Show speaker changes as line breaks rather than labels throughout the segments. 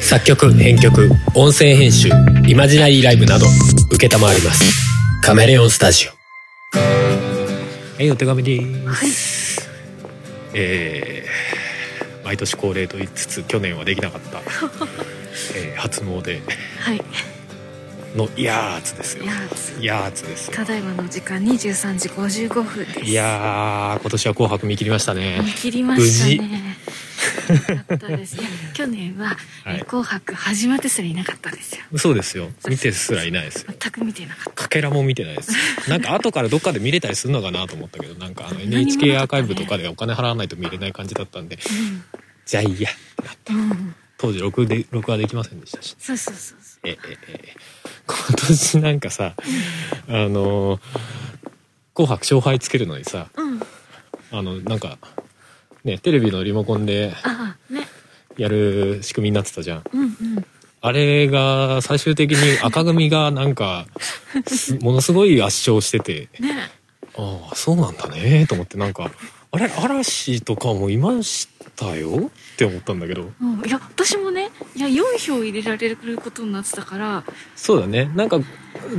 作曲編曲音声編集イマジナリーライブなど承りますカメレオンスタジオはいお手紙です、えー毎年恒例と言いつつ去年はできなか った、えー初詣
はい。
のいやーつですよ
いやー
いやーつですよ
ただいまの時間23時55分です。
いやー今年は紅白見切りましたね
見切りましたね。よかったです。いや去年は、
はい
えー紅白始まってすらいなかったんですよ。
そうですよ見てすらいないですよ
全く見てなかっ
かけらも見てないですなんか後からどっかで見れたりするのかなと思ったけどなんかあの
何もなかったね
NHK アーカイブとかでお金払わないと見れない感じだったんでじゃあいいやってなった
た。うん。うん。
当時録で録画できませんでしたし
そうそうそうそう。
ええええ今年なんかさあのー紅白勝敗つけるのにさ
うん。あ
あのなんかねテレビのリモコンで
あ、ね。
やる仕組みになってたじゃん
うんうん。
あれが最終的に赤組がなんかすものすごい圧勝してて
ね。
ああそうなんだねと思ってなんかあれ嵐とかもいましたよって思ったんだけど
うん、いや私もねいや4票入れられることになってたから
そうだねなんか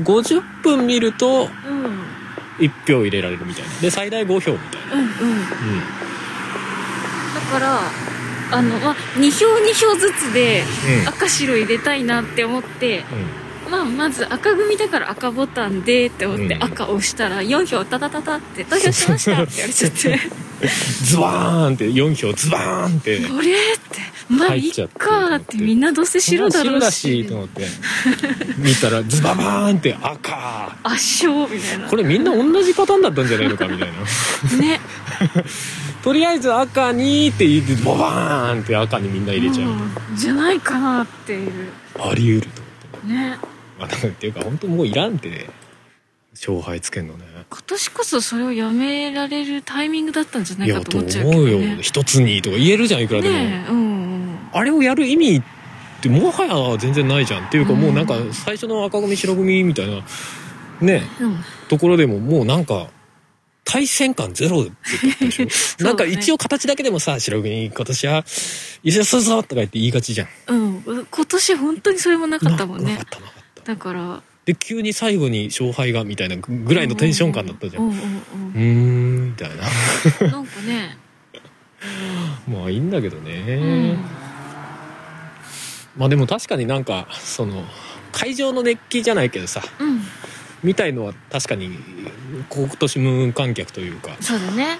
50分見ると
うんうん
1票入れられるみたいなで最大5票みたいな
うん
うん
だからあの、まあ、2票2票ずつで
うん
赤白入れたいなって思って、まあ、まず赤組だから赤ボタンでって思って
うん
赤押したら4票タタタタって投票しましたって言われちゃって
ズバーンって4票ズバーンって
これってまあい
入
っ
っちゃって
かってみんなどうせ白だろ
白
う
だ
し
しと思って見たらズババーンって赤
圧勝みたいな
これみんな同じパターンだったんじゃないのかみたいな
ね
とりあえず赤にって言ってボバーンって赤にみんな入れちゃうみたい
うんじゃないかなっていう
なあり得ると思って。
ね
まあ、だからっていうか本当もういらんってね勝敗つけんのね
今年こそそれをやめられるタイミングだったんじゃないい
や
かと
と
思っちゃうけ
思
ど
うよ
ね
一つにとか言えるじゃんいくらでも、
ねえうんうん
あれをやる意味ってもはや全然ないじゃんっていうか、
うん
もうなんか最初の赤組白組みたいなね
うん
ところでももうなんか対戦感ゼロだったで しょ、
う
なんか一応形だけでもさ白組今年は優勝するぞとか言って言いがちじゃん
うん、今年本当にそれもなかったもん
な
ね
なかったなかった
だから
で急に最後に勝敗がみたいな ぐらいのテンション感だったじゃん
う
うん
うんうん
ーんみたいな
うんなんかね、
まあいいんだけどね、
うん、
まあでも確かになんかその会場の熱気じゃないけどさ
うん、
みたいのは確かに今年無観客というか
そうだね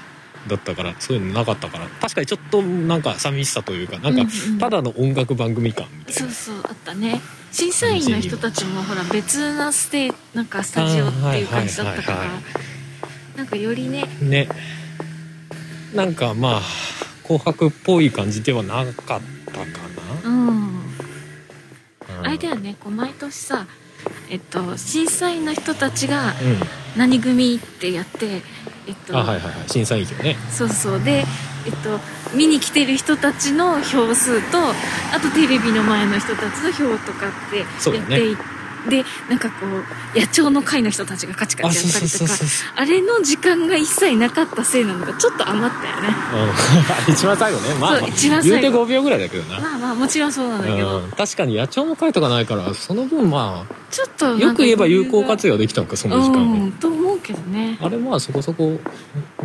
だったからそういうのなかったから確かにちょっとなんか寂しさというかなんか
うんうん
ただの音楽番組感みた
そ
いな
うそうあったね審査員の人たちもほら別なステーなんかスタジオっていう感じだったか
あーはいはい
ら
はい
なんかよりね
ねなんかまあ紅白っぽい感じではなかったか
うん
な、うん、
あれだよねこう毎年さえっと審査員の人たちが
うん
何組ってやってえっと
あはいはいはい審査員長ね
そうそうで、えっと、見に来てる人たちの票数とあとテレビの前の人たちの票とかって
そう
や
だ
っ
ね
ていでなんかこう野鳥の会の人たちがカチカ
あ
チ
そう
やった
そう
りと
そう
か
そう
あれの時間が一切なかったせいなのかちょっと余ったよね
うん 一番最後ねまあ
そう一番最後
言うて5秒ぐらいだけどな、
まあまあもちろんそうなんだけど
うん、確かに野鳥の会とかないからその分ま
ちょっと
あよく言えば有効活
用
用できたのかその時間を、
うんと思うけどね
あれまあそこそこ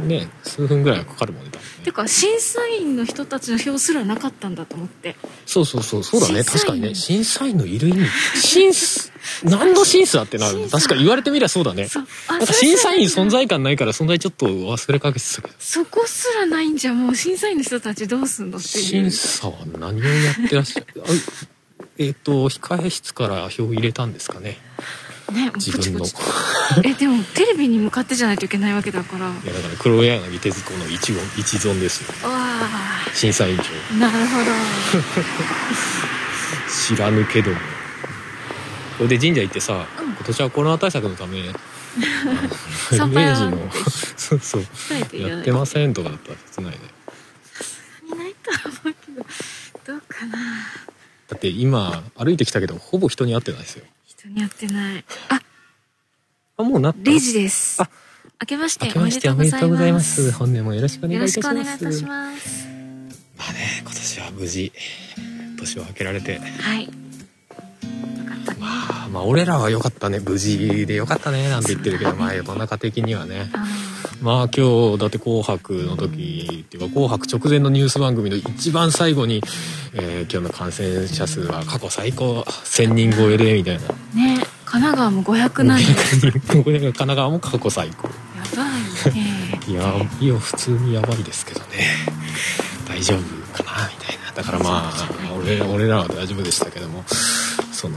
ね数分ぐらいはかかるもんね多分
て
ね
か審査員の人たちの票すらなかったんだと思って
そうそうそうそうだね
審査員
確かにね審査員のいる意味審 査何の審査ってな
審
る
査
確か言われてみりゃそうだね
そうあ
なんか審査員存在感ないから存在ちょっと忘れかけてたけど
そこすらないんじゃもう審査員の人たちどうすんのってい
審
う
査は何をやってらっしゃるあえっ、と控え室から票入れたんですかね
ねもう
自
ポチ
分
ポ
の
チ えでもテレビに向かってじゃないといけないわけだから
いやだから黒柳徹子の一言一存ですよ
あ
審査委員長
あなるほど
知らぬけどもそれで神社行ってさ、
うん
今年はコロナ対策のた めあの
参
イメ
拝
ー
は
ジのそうそう
伝えていた
や
だ
っ
い
て
て
ませんとかだったら切ないね
いないとは思うけどどうかな
だって今歩いてきたけどほぼ人に会ってないですよ
人にやってないあ
あもうなった
レジです
あ
明けまして
明けましておめでとうございます本年もよろしくお願
よ
いいたしま
ろしくお願いいた
す
します
まあね今年は無事年を明けられて
はい。よかったね。
あまあ俺らは良かったね無事で良かったねなんて言ってるけどまあ世の中的にはね
あ
まあ今日だって「紅白」の時っていうか「紅白」直前のニュース番組の一番最後に、えー今日の感染者数は過去最高1,000人超えでみたいな
ーね、神奈川も500何人。
これが神奈川も過去最高
やばいね。
いやいや普通にやばいですけどね大丈夫かなみたいなだからまあ俺俺らは大丈夫でしたけどもその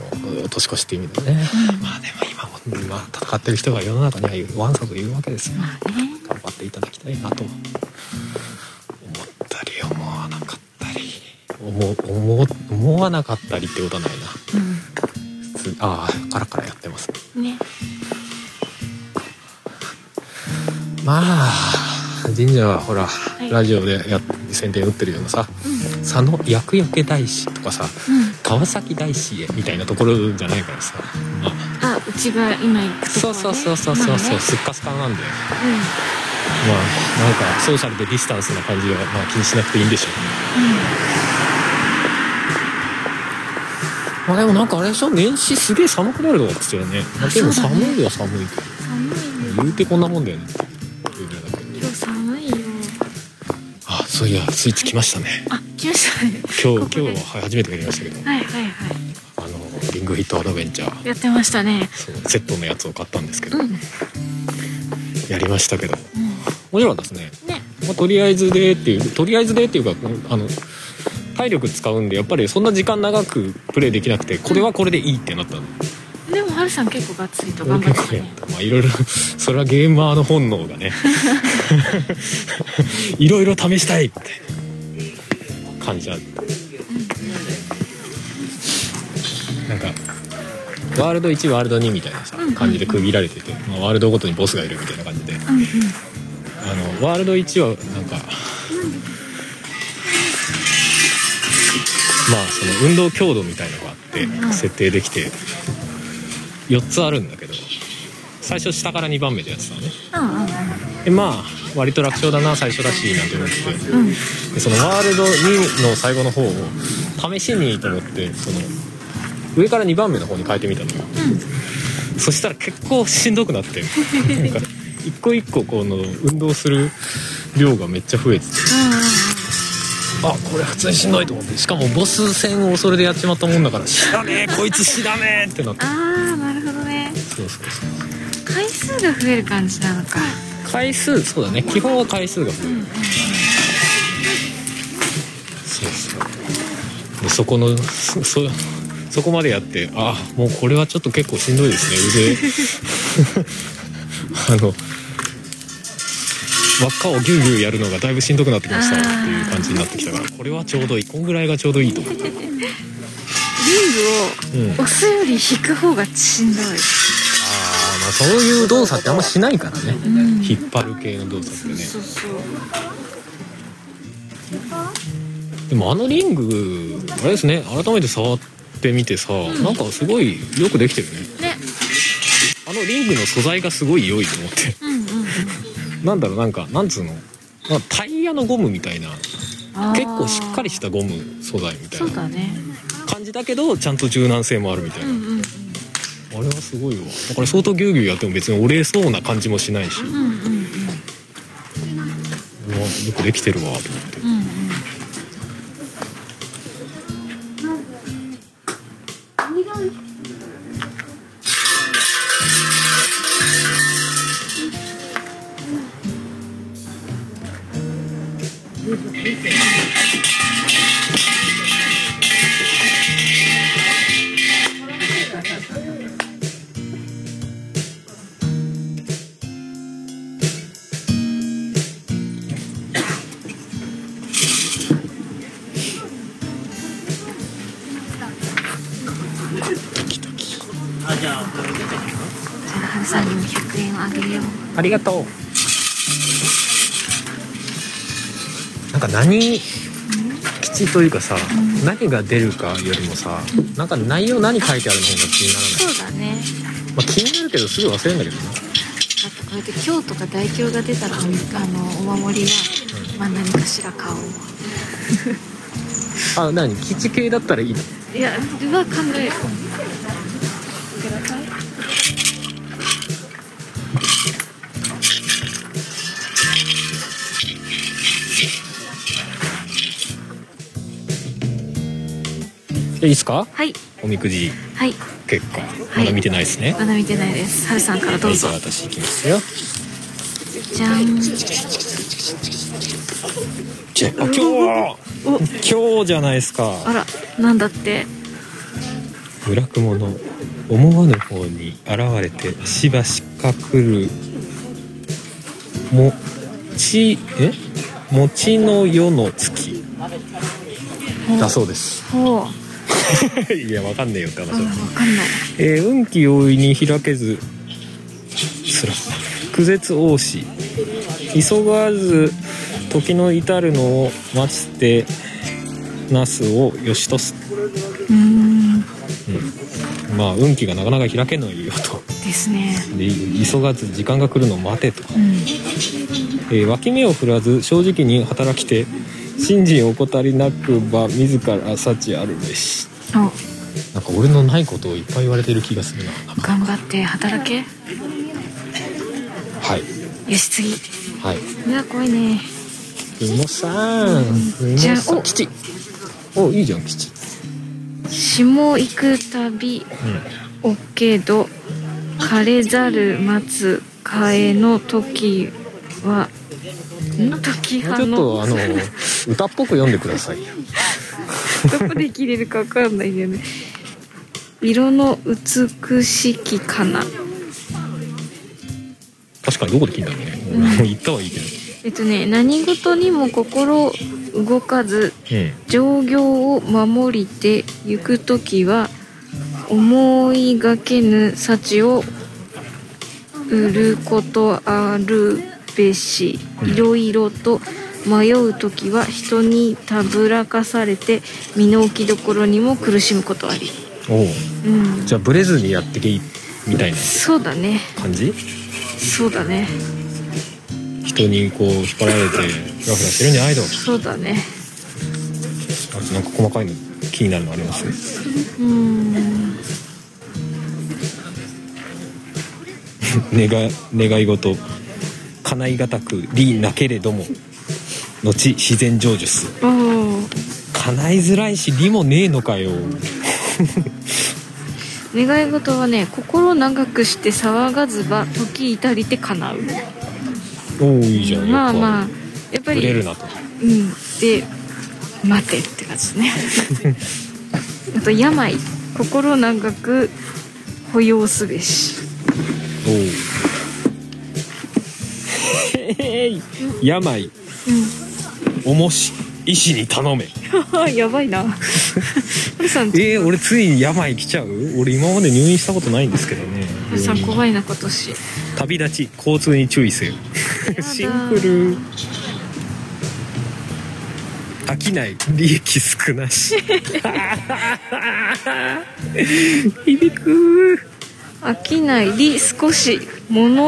年越しっていう意味でねまあでも今も、まあ、戦ってる人が世の中にはいるわんさといるわけですよ
まあね。
頑張っていただきたいなと思ったり思わなかったり思思思わなかったりってことはないな普通ああカラカラやってますね
うん。ね。
まあ神社はほら、
い
ラジオでやっ宣伝打ってるようなさ
うん。
佐野厄除け大師とかさ
うん。
川崎大師へみたいなところじゃないからさ、まあ、
あ、うちが今行くとこ
そ
は
う
ね
そうそうそうそうそう、すっかすかなんで
ま
ま
あね
あなんかソーシャルでディスタンスな感じは、まあ、気にしなくていいんでしょうねまあでもなんかあれでしょ年始すげえ寒くなるとかっつってたよねまあでも
そうだ
寒
ね
いは寒いけ
うん。うん。寒いね
ど。言うてこんなもんだよね言うてだけ
今日寒いよ。
あそういやスイッチ来ましたね
あ、来ましたね。
今
ここ
日
で
今日ははい初めてやりましたけど
はいはいは
あのリングフィットアドベンチャー
い。やってましたね。
そのセットのやつを買ったんですけど、
うん。うん。
やりましたけどもちろんですね、
ね。
まあ、とりあえずでっていうとりあえずでっていうかうんあの体力使うんでやっぱりそんな時間長くプレイできなくてこれはこれでいいってなったの
でもはるさん結構がっつりと頑張
俺
っ
結構
て
や
ね
っ。たまあいろいろそれはゲーマーの本能 がねいろいろ試したいって感じあったなんかワールド1ワールド2みたいなさ
うんうん
感じで区切られてて、まあ、ワールドごとにボスがいるみたいな感じで
うんうん。
あのワールド1はなんかまあその運動強度みたいのがあって
うんうん
設定できて4つあるんだけど最初下から2番目でやってたのね
うんうん
でまあ割と楽勝だな最初だしなんて思って
うん。うん。
でそのワールド2の最後の方を試しにと思ってその上から2番目の方に変えてみたのよそしたら結構しんどくなってなんか一個一個この運動する量がめっちゃ増えててあこれ普通にしんどいと思ってしかもボス戦をそれでやっちまったもんだから知らねえこいつ知らねえってなって
ああ、なるほどね。
そうそうそう
回数が増える感じなのか。
回数そうだね基本は回数が増える
うんうん。
そうそうでそこのそそそこまでやってあもうこれはちょっと結構しんどいです ね腕あの輪っかをギュウギュウやるのがだいぶしんどくなってきましたっていう感じになってきたからこれはちょうどいいこんぐらいがちょうどいいと思う、
リン
うん、ああ
グを押すより引く方がしんどい。
まあそういう動作ってあんましないからね
うん。
引っ張る系の動作ってね
そうそう。
でもあのリングあれですね改めて触ってみてさ、なんかすごいよくできてるね
ね。
あのリングの素材がすごい良いと思って
うんうんうん。
なんだろうなんかなんつうのまあタイヤのゴムみたいな
あー
結構しっかりしたゴム素材みた
そう
いな
だね。
感じだけどちゃんと柔軟性もあるみたいな、
うんうん
あれはすごいわだから相当ギュウギュウやっても別に折れそうな感じもしないし、うわ
うんうんうん
よくできてるわと思って
うんじゃあはるさんにも100円をあげよう。
ありがとうなんか何吉というかさ、何が出るかよりもさ、なんか内容何書いてあるの方が気にならない
そうだね。
まあ、気になるけどすぐ忘れるんだけどな
あとこうやって今日とか代表が出たらあのお守りは、まあ、何かしら買おう
あ何基地系だったらいいの
いやそれは考えるください
えいいっすか
はい
おみくじ
はい
結果
い
まだ見てないですね、
まだ見てないですはるさんからどうぞ
はいじゃあ私行きますよ
じゃん
じゃあ今日 は
お
今日じゃないですか
あらなんだって
ブクモの思わぬ方に現れてしばしかくるもちえ餅の世の月だそうです
ほうあわ
いやわかんねえよって話だ
かんない
えー運気容易に開けずすら苦絶多し急がず時の至るのを待ちてなすをよしとす、
うーん
うん、まあ運気がなかなか開けないよと
ですね
で急がず時間が来るのを待てと、
うん
えー脇目を振らず正直に働きて信心を怠りなくば自ら幸あるべし
お
なんか俺のないことをいっぱい言われてる気がするな
頑張って働け
はい
よし次
はいう
わ怖いね
宇野さん宇
じゃ
野
あ
さ
お
ん吉おいいじゃん吉
下行くたび
う
おけど枯れざる待つ替えの時はん時
んもう
派
ちょっ
の
とあの歌っぽく読んでくださいよ
どこで切れるかわかんないんだよね色の美しきかな
確かにどこで聞いたのね
ん
もう言ったはいいけど
えっとね何事にも心動かず
うん
上行を守りて行く時は思いがけぬ幸を売ることあるべしいろいろと迷う時は人にたぶらかされて身の置きどころにも苦しむことあり
おう
うん
じゃあブレずにやってけいみたいな
そうだね
感じ
そうだね
人にこう引っ張られてフラフラしてるんじゃないと
そうだね
あとなんか細かいの気になるのあります
うん
願願い事叶いがたくりなけれども後自然成就す
おー
叶いづらいしりもねえのかよ
願い事はね心長くして騒がずば時至りて叶う
おおいいじゃん
まあ
よく
まあやっぱ
ぶ
り
れるなと
うんで待てって感じですね あと病心長く保養すべし
おおへい 病重し医師に頼め
うん やばいなハルさんハ
えー、俺ついに病来ちゃう俺今まで入院したことないんですけどね
ルさん怖いな今年
旅立ち交通に注意せよシンプル飽きない利益少なし響く
飽きないり少し物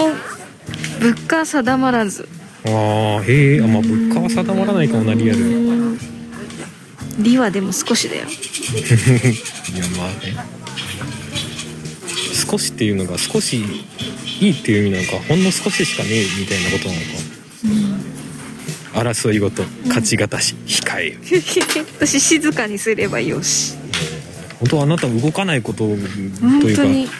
物価定まらず
あーへえあまあ物価は定まらないかもなリアルにいや
りはでも少しだ よ
まあね少しっていうのが少しいいっていう意味なのかほんの少ししかねえみたいなことなのか、争い事勝ち方し控えよ
私静かにすればよし
本当はあなた動かないことと
本
い
当
う
に
か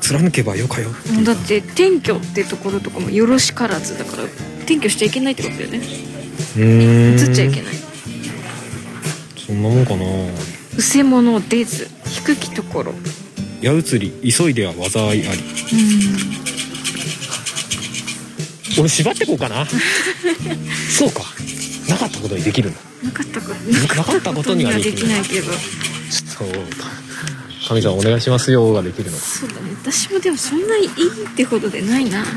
貫けばよかよ
もうだって転居ってところとかもよろしからずだから転居しちゃいけないってことだよね
移
移っちゃいけない
そんなもんかな
うせ者出ず低きところう
矢移り急いでは災いあり
ん
俺縛ってこうか なそうかなかったことにできるんだ
なかったこと
なかったことにはできない
なけど
ちょっと神さんお願いしますよができるの
そうだね私もでもそんなにいいってことでないなと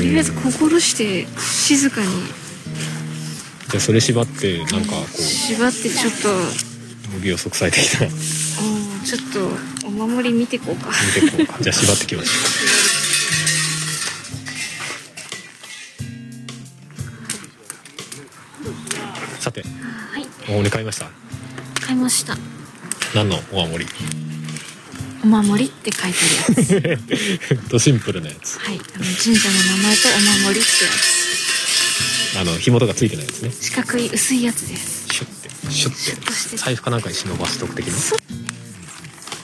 りあえず心して静かに
じゃあそれ縛ってなんかこ
縛ってちょっと
う無病息災的な
うんちょっとお守り見てこうか
見てこうかじゃあ縛ってきましょうさて
はい
お守り買いました
買いました
何のお守り
お守りって書いてるやつ
とシンプルなやつ
はいあの神社の名前とお守りってや
あの紐とかついてないやつね
つ四角い薄いやつです
シュッてシュ
シュッ
ッ
として
て
て
財布かなんかに忍ばしとく的な
そう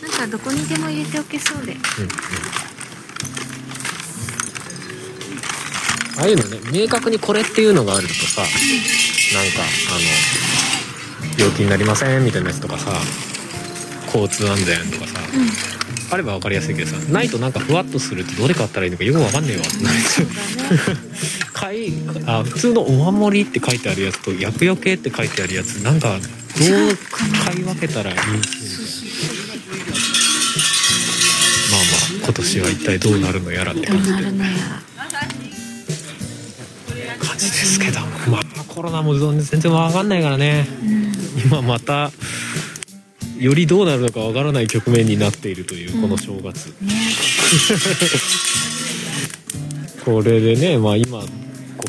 なんかどこにでも入れておけそうで
うんうんああいうのね明確にこれっていうのがあるとさなんかあの病気になりませんみたいなやつとかさ交通安全とかさ
うん
あれば分かりやすいけどさないとなんかふわっとするとどれ買ったらいいのかよく分かんねえわってなる
そうだね
買いあ普通のお守りって書いてあるやつと薬用系って書いてあるやつなんかどう買い分けたらいいまあまあ今年は一体どうなるのやらって
どう
感じ
なるのや
感じですけどまあコロナも全然わかんないからね
らう
今
ん
またよりどうなるのかわからない局面になっているというこの正月、
ね
これでねまあ今こ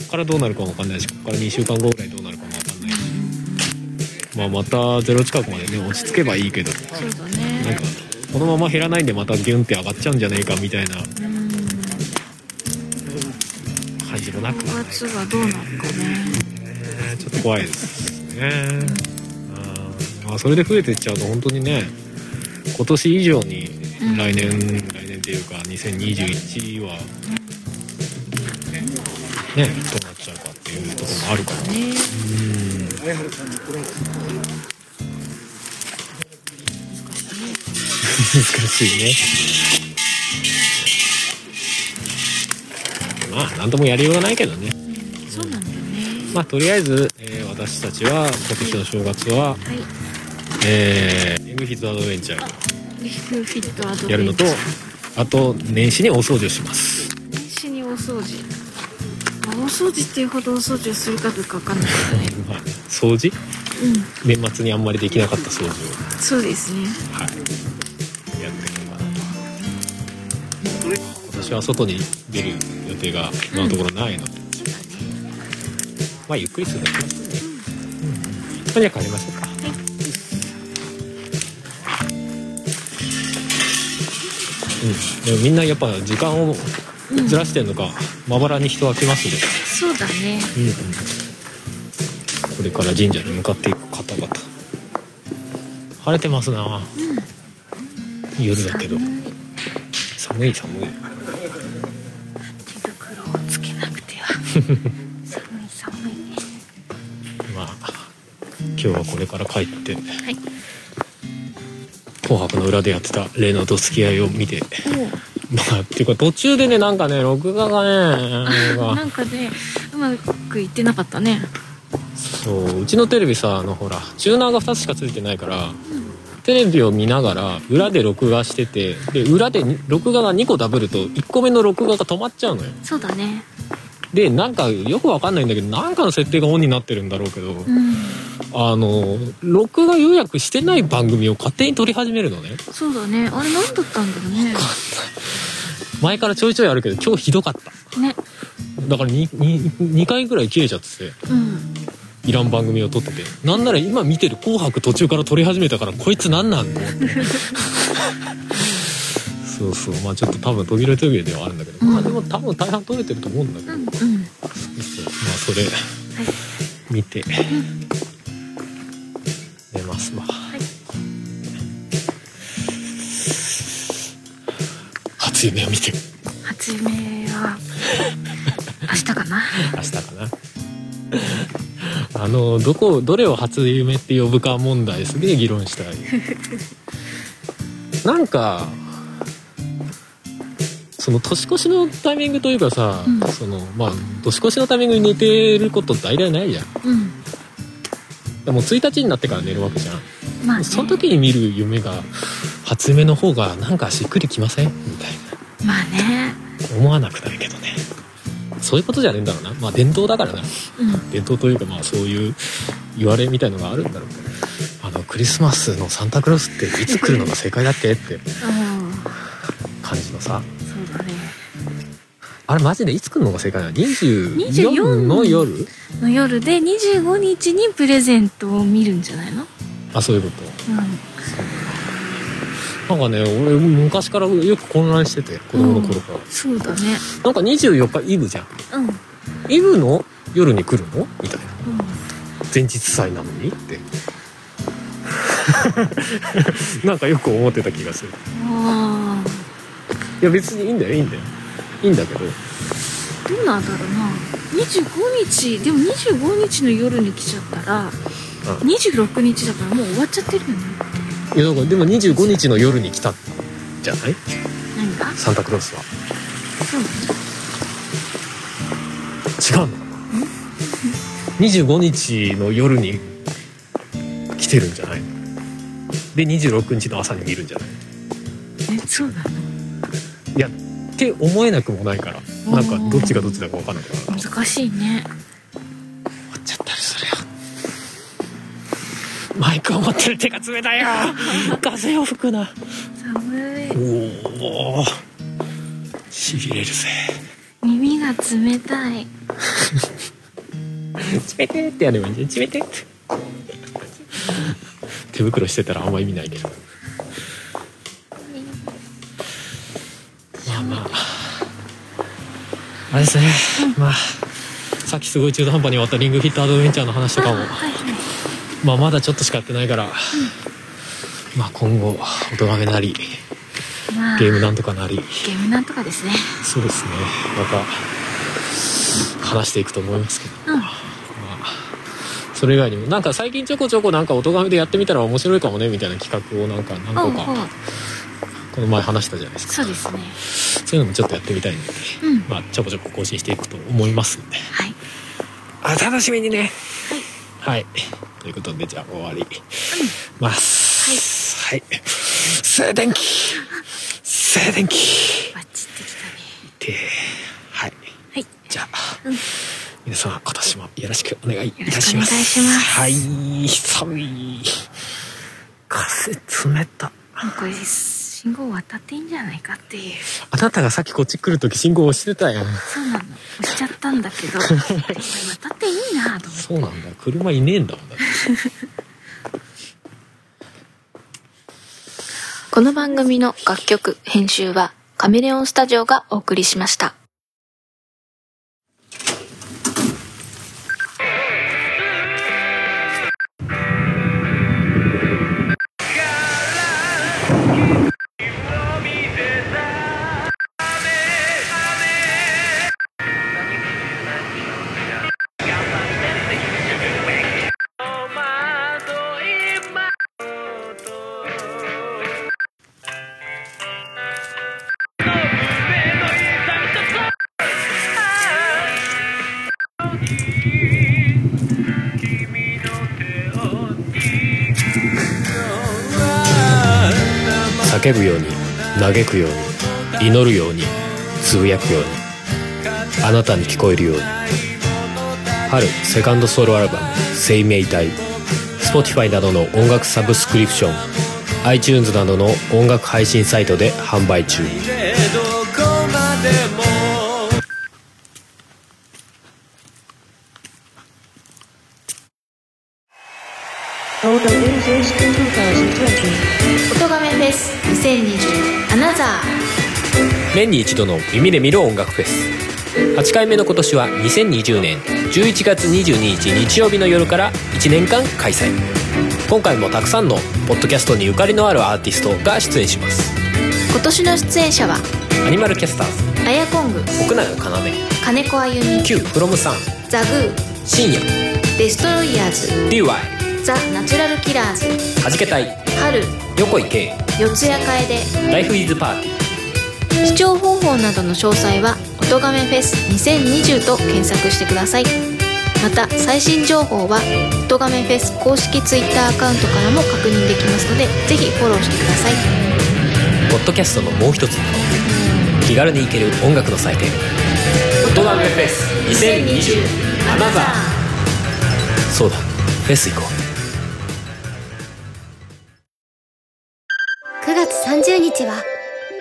っからどうなるかもわかんないしこっから2週間後ぐらいどうなるかもわかんないしまあまたゼロ近くまでね落ち着けばいいけど
そうだ
なん
ね
かこのまま減らないんでまたギュンって上がっちゃうんじゃねえかみたいな
うん
感じもなくは
5
ない
月はどうなるかね
ねちょっと怖いですねうんまあそれで増えてっちゃうと本当にね今年以上に
うん
来年、来年っていうか2021はねどうなっちゃうかっていうところもあるから
ね
うん難しいねまあ何ともやりようがないけどね
そうなんだよね
まあとりあえず、えー私たちは今年の正月は
はい
えー、エムフィットアドベンチャー
リフフィットアド
や
ベ
るの
ンチ
と
ャー
あと年始にお掃除をします
年始にお掃除まあお掃除っていうほどお掃除をするかどうかわかんないけどね
まあね掃除
う
年末にあんまりできなかった掃除を
んそうですね
はいやってみようかなと今年は外に出る予定が今のところないので、
そうだね
まあゆっくりするだけですね、うん、とにかく帰りましょうかうん、でもみんなやっぱ時間をずらしてるのか、まばらに人は来ますね、
そうだね
うんうん、これから神社に向かっていく方々晴れてますな、夜だけど
寒い
寒い寒い
手袋をつけなくて は寒い寒いね
まあ今日はこれから帰って
はい
「紅白」の裏でやってた例の「どつき合い」を見てまあっていうか途中でねなんかね録画がねなん
お
か
なんかねうまくいってなかったね
そううちのテレビさあのほらチューナーが2つしかついてないから、テレビを見ながら裏で録画しててで裏でに録画が2個ダブると1個目の録画が止まっちゃうのよ
そうだね
でなんかよくわかんないんだけどなんかの設定がオンになってるんだろうけど、
うん
あの録画予約してない番組を勝手に撮り始めるのね
そうだねあれ何だったんだろうね
前からちょいちょいあるけど今日ひどかった
ね
だから 2, 2回ぐらい切れちゃってて
うん
いらん番組を撮っててなんなら今見てる「紅白」途中から撮り始めたからこいつ何なんのそうそうまあちょっと多分途切れ途切れではあるんだけど、まあでも多分大半撮れてると思うんだけど、
うんうん
そうまあそれ見て寝ますわ、
い
初夢を見て
初夢 は明日かな
明日かなあのどこどれを初夢って呼ぶか問題すげえ議論したいなんかその年越しのタイミングというかさ、
うん
そのまあ年越しのタイミングに寝てること大体ないじゃん
うん
でも1日になってから寝るわけじゃん
まあ、ね、
その時に見る夢が初夢の方がなんかしっくりきませんみたい
まあね
な思わなくないけどねそういうことじゃねえんだろうなまあ伝統だからな
うん
伝統というかまあそういう言われみたいのがあるんだろうけどあのクリスマスのサンタクロースっていつ来るのが正解だっけって
ああ
感じのさ
そうだね
あれマジでいつ来るのが正解なの24
24
の夜
の夜で25日にプレゼントを見るんじゃないの、
あそういうこ
う
となんかね俺昔からよく混乱してて子供の頃から、
ん、そうだね
なんか24日イブじゃん
うん、うん、
イブの夜に来るのみたいな前日祭なのにって なんかよく思ってた気がする
あ
いや別にいいんだよいいんだよいいんだけど
ーどうなんだろうな25日でも25日の夜に来ちゃったら
う
26日だからもう終わっちゃってるよね
いやだからでも25日の夜に来たじゃない
何が
サンタクロースは
そうなんだ
違うのかな25日の夜に来てるんじゃないで26日の朝に見るんじゃない
えそうなの
って思えなくもないからなんかどっちがどっちだか分かんないから終わ
難しい
っ
ね
ちゃったりするよマイクを持ってる手が冷た いよ風を吹くな
寒い
おおしびれるぜ
耳が冷たい
「ちめて」ってやればいいんじゃん「ちめて」って手袋してたらあんま意味ないけどまあまああれですね、まあさっきすごい中途半端に終わったリングフィットアドベンチャーの話とかも
あはいはい
まあまだちょっとしかやってないから、まあ今後大人げなり
まあ
ゲームなんとかなり
ゲームなんとかですね
そうですねまた話していくと思いますけど
うん
まあそれ以外にもなんか最近ちょこちょこなんか音めでやってみたら面白いかもねみたいな企画をなんか何個
うんう
か
ん
この前話したじゃないですか
そうですね
そういうのもちょっとやってみたいので、
うん
まあ、ちょこちょこ更新していくと思いますんで
はい
あ楽しみにねはい、ということでじゃあ終わりますはい、静電気静電気
バッチってきた
で
ね
はい
はい
じゃあ、
うん
皆様今年もよろしくお願いいたし
よ
ま
ろ
す。
しくお願いします
はい、寒い。風冷た。
もうこれ信号渡っていいんじゃないかっていう
あなたがさっきこっち来るとき信号押してたやん。
そうなの押しちゃったんだけどこれ渡っていいなと思って
そうなんだ。車いねえんだもんだって。
この番組の楽曲編集はカメレオンスタジオがお送りしました
叫ぶように嘆くように祈るようにつぶやくようにあなたに聞こえるように春セカンドソロアルバム「生命体」Spotify などの音楽サブスクリプション iTunes などの音楽配信サイトで販売中
どこまでも
音画面です2020アナザー
年に一度の耳で見る音楽フェス8回目の今年は2020年11月22日日曜日の夜から1年間開催今回もたくさんのポッドキャストにゆかりのあるアーティストが出演します
今年の出演者は
アニマルキャスターズ
アヤコング
奥永要
金子あゆみ
Q プロムさん
ザグー
深夜
デストロイヤーズ
DY
ザ・ナチュラルキラーズ
はじけたい
春
横井圭
四谷楓
ライフイズパーティ
視聴方法などの詳細は「音亀フェス2020」と検索してくださいまた最新情報は「音亀フェス」公式 Twitter アカウントからも確認できますのでぜひフォローしてください
ーポッドキャストのもう一つの顔気軽に行ける音楽の祭典「音楽フェス2020アナザー」そうだフェス行こう
9月30日は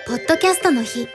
ポッドキャストの日